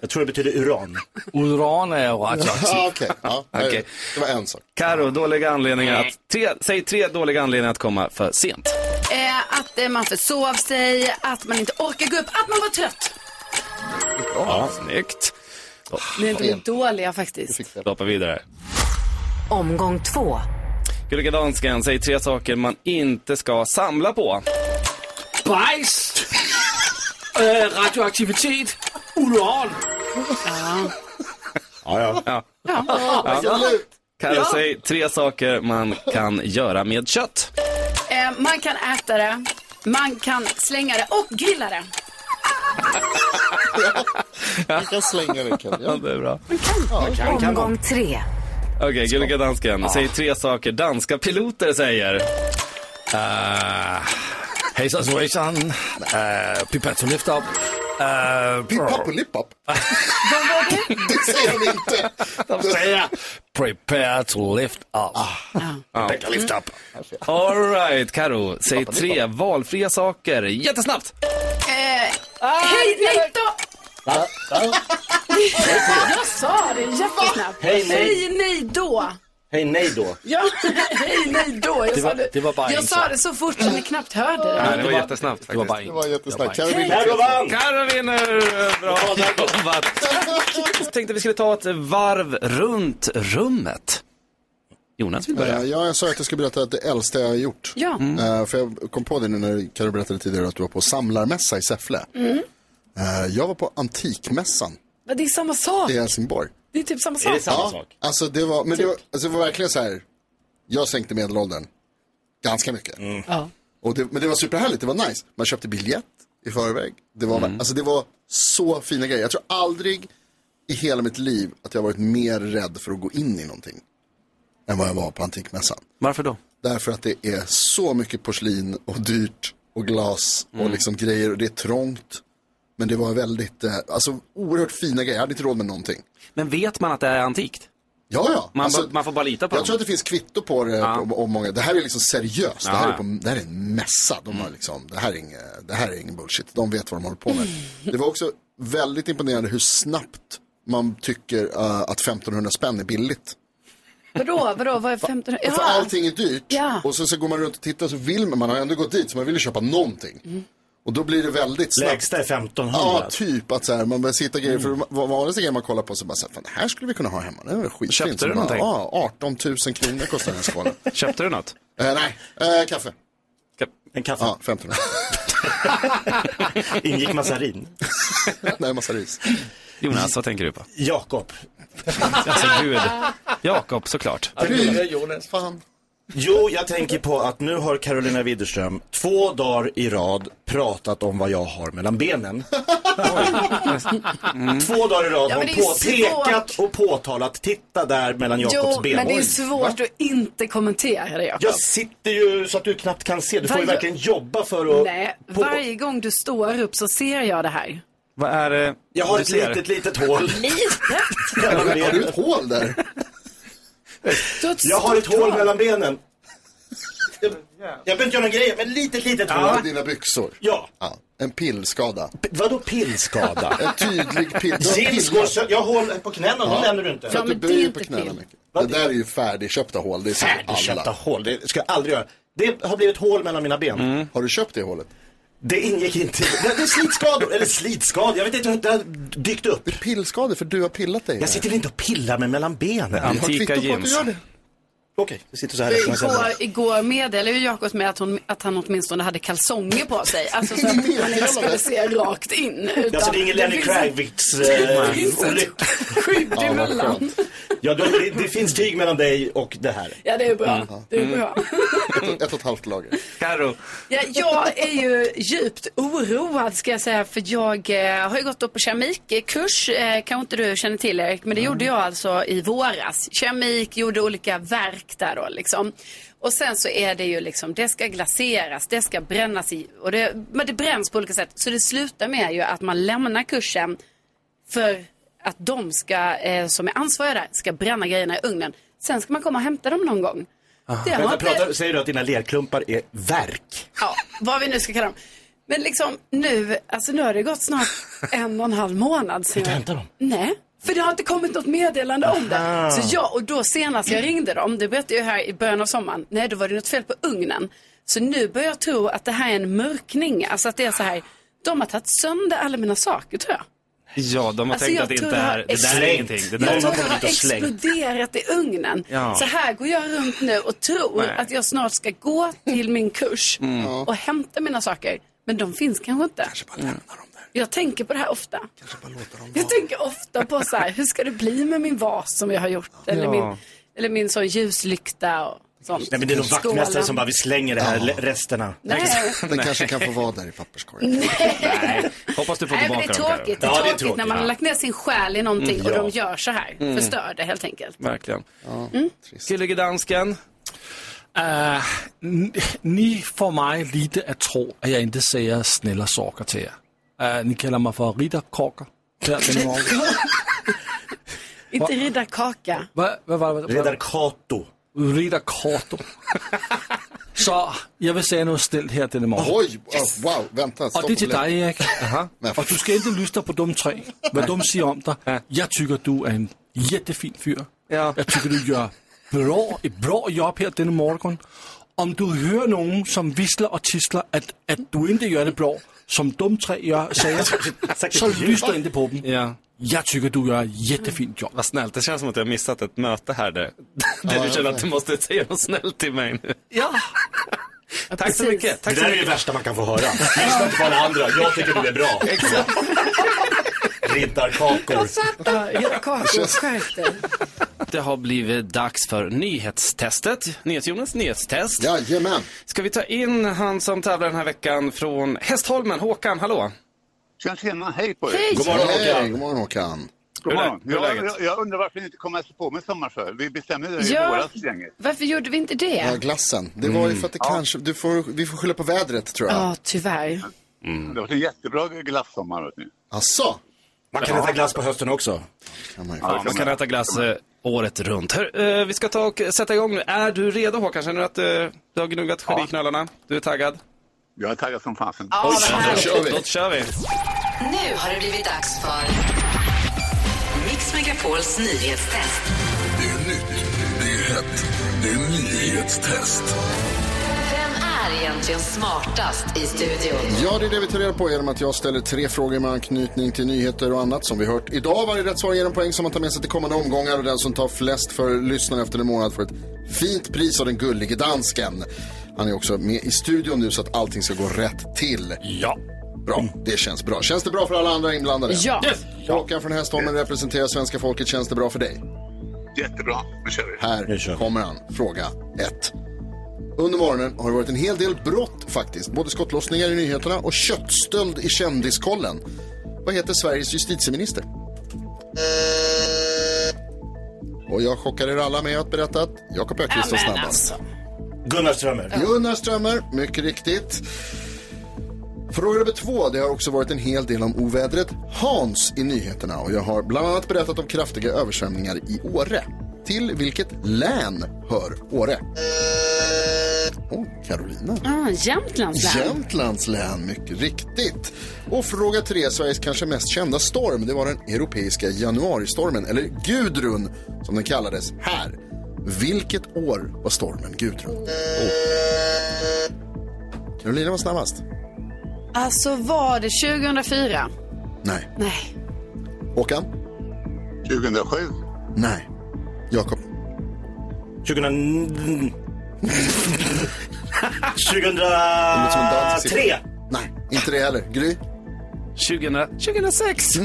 Jag tror det betyder uran. Uran är radioaktivt. Ja, okej. Ja, Okej. Det var en sak. Karo, dåliga anledningar att... Tre, säg tre dåliga anledningar att komma för sent. Eh, att eh, man försov sig, att man inte orkar gå upp, att man var trött. Ja. Snyggt. Ni är dåliga faktiskt. Då hoppar vi vidare. Omgång två. Gulliga Dansken, säg tre saker man inte ska samla på. Bajs! Eh, radioaktivitet! Uran! Ja, ja. Karo, säg tre saker man kan göra med kött. Eh, man kan äta det, man kan slänga det och grilla det. Jag kan slänga det Ken. Ja, Ja. det är bra. Omgång tre. Eh, Okej, Gulliga Dansken, säg tre saker danska piloter säger. Uh, hejsan svejsan! Uh, Pippan to lift up. Pipp-papp Uh, och lipp-papp. Det säger de inte. de säger prepare to lift up. Prepare to lift up. All right, Karo, säg tre valfria saker jättesnabbt. Eh, hej, nej då! Jag sa det jättesnabbt. Hej, nej. Hej, nej då. Hej, nej då. Ja, hej, nej då. Jag Det var- sa det, det var bara jag en sa sak. det så fort som ni knappt hörde det. Nej, det var jättesnabbt Det var bara faktiskt. en. Det var jättesnabbt. Det var bara en. Caroline. Karo vann! Karo vinner! Bra jobbat! Jag tänkte vi skulle ta ett varv runt rummet. Jonas vill börja. Eh, Ja, jag sa att jag skulle berätta att det äldsta jag har gjort. Ja. Eh, För jag kom på det nu när Carro berättade tidigare att du var på samlarmässa i Säffle. Mm. Eh, Jag var på antikmässan Men det är samma sak. i Helsingborg. Det är typ samma sak. ja, Alltså det var, men det, Typ. var, alltså det var verkligen så här, jag sänkte medelåldern ganska mycket. Ja. Och det, men det var superhärligt, det var nice. Man köpte biljett i förväg. Det var, alltså det var så fina grejer. Jag tror aldrig i hela mitt liv att jag varit mer rädd för att gå in i någonting än vad jag var på antikmässan. Varför då? Därför att det är så mycket porslin och dyrt och glas och Mm. liksom grejer och det är trångt. Men det var väldigt, eh, alltså oerhört fina grejer. Jag hade inte råd med någonting. Men vet man att det är antikt? Ja, ja. Man, Alltså, ba- man får bara lita på Jag dem. tror att det finns kvitto på det. På, på många. Det här är liksom seriöst. Det här Ja. är, på, det här är en mässa. De Mm. har liksom, det, här är inge, det här är ingen bullshit. De vet vad de håller på med. Det var också väldigt imponerande hur snabbt man tycker eh, att 1500 spänn är billigt. Vadå, vadå, vad är 15? För Jaha. allting är dyrt. Ja. Och så, så går man runt och tittar så vill man, man har ändå gått dit så man vill ju köpa någonting. Mm. Och då blir det väldigt snabbt. Lägsta är 1500. Ja, typ att så här, man börjar sitta grejer, Mm. för vad- vad vanligaste grejer man kollar på så bara så här, fan det här skulle vi kunna ha hemma, det är skitfint. Köpte Så du bara, någonting? Ja, 18 000 kronor kostar den här skålen. Köpte du något? Eh, nej, eh, kaffe. En kaffe? Ja, 1500. Ingick massarin? nej, massaris. Jonas, vad tänker du på? Jakob. Alltså gud. Jakob såklart. Jonas. Fan. Jo, jag tänker på att nu har Carolina Widerström två dagar i rad pratat om vad jag har mellan benen. Två dagar i rad har Mm. Ja, men hon det är påpekat och påtalat, titta där mellan Jakobs Jo, ben. men det är Oj. svårt att inte kommentera det, Jakob. Jag sitter ju så att du knappt kan se, du får ju Varje- verkligen jobba för att... Nej, varje gång du står upp så ser jag det här. Vad är det Jag har du ett ser? litet, litet hål. Har du ett hål där? Jag har ett hål mellan benen. Jag jag behöver inte göra någon grej, men litet, litet hål. Ja. Dina byxor. Ja. En pillskada. Vadå pillskada? en tydlig pill. Du har Gills går pillat. sönder, jag har hål på knäna, de nämner du inte. För att du böjer på knäna mycket. Det där är ju färdigköpta hål. Det är så Färdigköpta alla. hål, det ska jag aldrig göra. Det har blivit hål mellan mina ben. Har du köpt det hålet? Det ingick inte i- Det det är slitskador, eller slitskador, jag vet inte hur det har dykt upp. Det är pillskador för du har pillat dig. Jag sitter väl inte och pillar mig mellan benen. Antika jeans. Okej, det sitter så här. För Igår, igår meddelade ju Jakob mig att, hon, att han åtminstone hade kalsonger på sig. Alltså så att man inte skulle se rakt in. Alltså det är ingen Lenny finns- Kravitz Det eh, finns ett olycka. skydd Ja, vad emellan. skönt. Ja, då- det, det finns krig mellan dig och det här. Ja, det är bra. Det är Mm. bra. Ett, och ett halvt lager. Karo. Ja, jag är ju djupt oroad ska jag säga för jag eh, har ju gått upp på keramikkurs, eh, kanske inte du känner till Erik, men det Mm. gjorde jag alltså i våras. Keramik, gjorde olika verk där då liksom. Och sen så är det ju liksom, det ska glaseras, det ska brännas i, och det, men det bränns på olika sätt. Så det slutar med ju att man lämnar kursen för att de ska, eh, som är ansvariga där, ska bränna grejerna i ugnen. Sen ska man komma och hämta dem någon gång. Det har Vänta, inte- pratar, säger du att dina lerklumpar är verk? Ja, vad vi nu ska kalla dem. Men liksom nu, alltså nu har det gått snart en och en halv månad sedan. Hämta dem? Nej, för det har inte kommit något meddelande om Aha. det. Så jag, och då senast jag ringde dem, det berättade jag här i början av sommaren, nej då var det något fel på ugnen. Så nu börjar jag tro att det här är en mörkning, alltså att det är så här, de har tagit sönder alla mina saker tror jag. Ja, de har Alltså, tänkt jag att det tror inte det är, har det där är ex- ingenting. Det där Jag är tror något det man har inte slängt. exploderat i ugnen. Ja. Så här går jag runt nu och tror Nej. att jag snart ska gå till min kurs Mm. Ja. och hämta mina saker. Men de finns kanske inte. Jag tänker på det här ofta. jag tänker ofta på så här, hur ska det bli med min vas som jag har gjort? Eller Ja. min, eller min sån ljuslykta och sånt. Nej men det är någon vaktmästare Skålen. som bara, vi slänger det här, le- resterna. Nej. Den kanske kan få vara där i papperskorgen. Hoppas du får Nej, men tillbaka det är dem, Karo. tråkigt. Det är tråkigt när man har lagt ner sin själ i någonting Mm, och ja. de gör så här. Mm. Förstör det helt enkelt. Verkligen. Mm. Gyllige dansken. Uh, ni får mig lite att tro att jag inte säger snälla saker till er. Eh, ni kallar mig för riddarkaka. Inte riddarkaka. Vad va, var det? Riddar Kato. Riddar Kato. Så jag vill säga något snällt här denna morgon. Oj, oh, wow, vänta. Och stopp det är typ till och dig belägg. Erik. Och du ska inte lyssna på de tre, vad de säger om dig. Jag tycker du är en jättefin fyr. Jag tycker du gör bra, ett bra jobb här denna morgon. Om du hör någon som visslar och tisslar att, att du inte gör det bra, som de tre gör, säger, så lyssna inte på dem. Ja. Jag tycker du gör jättefint jobb. Vad snällt, det känns som att jag har missat ett möte här där, Där du känner att du måste säga något snällt till mig nu. Ja. Tack så mycket. Tack det så där är mycket. det värsta man kan få höra. Lyssna inte på alla andra, jag tycker du är bra. Exakt. Riddarkakor. Era kakor, skärp dig. Det har blivit dags för nyhetstestet. NyhetsJonas nyhetstest. Jajamän. Ska vi ta in han som tävlar den här veckan från Hästholmen, Håkan, hallå? Tjena, tjena. Hej på er. God morgon Håkan. God morgon Håkan. God Hur är- morgon. hur är Jag, läget? jag, jag undrar varför ni inte kommer på med sommarför. Vi bestämde det i Ja, våras gänget. varför gjorde vi inte Ja, det? glassen. Det var ju för att det kanske, du får, vi får skylla på vädret tror jag. Ja, tyvärr. Det var en jättebra glassommar. Vet ni. Asså? Man kan äta glass på hösten också. Ja, man kan äta glass eh, året runt. Hör, eh, vi ska ta och sätta igång nu. Är du redo Håkan? Känner du att eh, du har gnuggat geliknölarna? Du är taggad? Jag är taggad som fasen. Ja, Oj, vad härligt. kör vi. Då kör vi. Nu har det blivit dags för Mix Megapols nyhetstest. Det är nyhetstest. Vem är egentligen smartast i studion? Ja, det är det vi tar reda på genom att jag ställer tre frågor med anknytning till nyheter och annat som vi hört idag. Varje rätt svar ger en poäng som man tar med sig till kommande omgångar och den som tar flest för lyssnaren efter en månad får ett fint pris av den gullige dansken. Han är också med i studion nu så att allting ska gå rätt till. Ja. Bra, det känns bra. Känns det bra för alla andra inblandade? Ja. Yes. Håkan från Hästholmen representerar svenska folket. Känns det bra för dig? Jättebra. Nu kör vi. Här kommer han. Fråga 1. Under morgonen har det varit en hel del brott faktiskt. Både skottlossningar i nyheterna och köttstöld i kändiskollen. Vad heter Sveriges justitieminister? Och jag chockar er alla med att berätta att Jakob Öqvist var Ja, men snabbast. alltså. Gunnar Strömmer. Gunnar Strömmer, mycket riktigt. Fråga nummer två, det har också varit en hel del om ovädret Hans i nyheterna och jag har bland annat berättat om kraftiga översvämningar i Åre. Till vilket län hör Åre? Oh, Carolina. Ah, Jämtlands län. Jämtlands län, mycket riktigt. Och fråga tre, Sveriges kanske mest kända storm, det var den europeiska januaristormen, eller Gudrun som den kallades här. Vilket år var stormen Gudrun? Oh. Carolina var snabbast. Alltså var det 2004? Nej. Nej. Håkan? 2007. Nej. Jakob? 2000... 2003. Ah, 2003. Nej, inte det heller. Gry? 2006.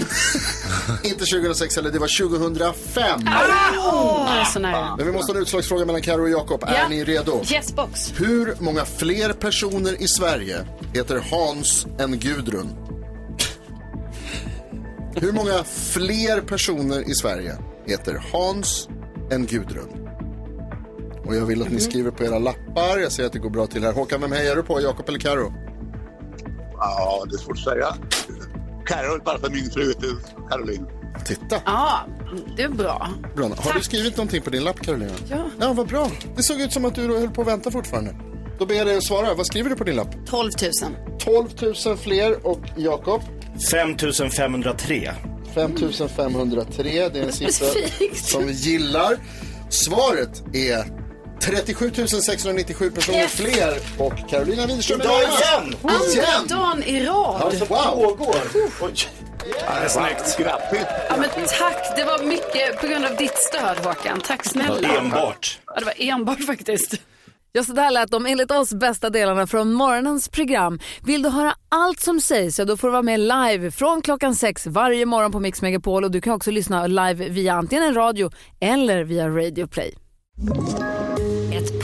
inte 2006 heller, det var 2005. Ah. Åh, jag är så nära. Men vi måste ha en utslagsfråga mellan Karo och Jakob. Ah! Är Ja. ni redo? Yes box. Hur många fler personer i Sverige heter Hans än Gudrun? Hur många fler personer i Sverige heter Hans än Gudrun? Och jag vill att ni skriver på era lappar. Jag ser att det går bra till här. Håkan, vem hejar du på? Jakob eller Karo? Ja, det är svårt att säga. Carol, bara för min fru heter Caroline. Titta. Ja, det är bra. Bra. Har du skrivit någonting på din lapp, Karolina? Ja. Ja, vad bra. Det såg ut som att du höll på att vänta fortfarande. Då ber jag dig att svara. Vad skriver du på din lapp? 12 000. 12 000 fler och Jakob? 5503. 5503, det är en siffra Specifikt. som vi gillar. Svaret är 37 697 personer Yes. fler och Carolina Widerström är Idag närmast. igen! Andra Igen! dagen i rad. Alltså, wow! det är snyggt. Grattis! Ja, men tack, det var mycket på grund av ditt stöd Håkan. Tack snälla. Ja, det var enbart faktiskt. Ja, så där lät de enligt oss bästa delarna från morgonens program. Vill du höra allt som sägs så då får du vara med live från klockan sex varje morgon på Mix Megapol och du kan också lyssna live via antingen en radio eller via Radio Play. Ett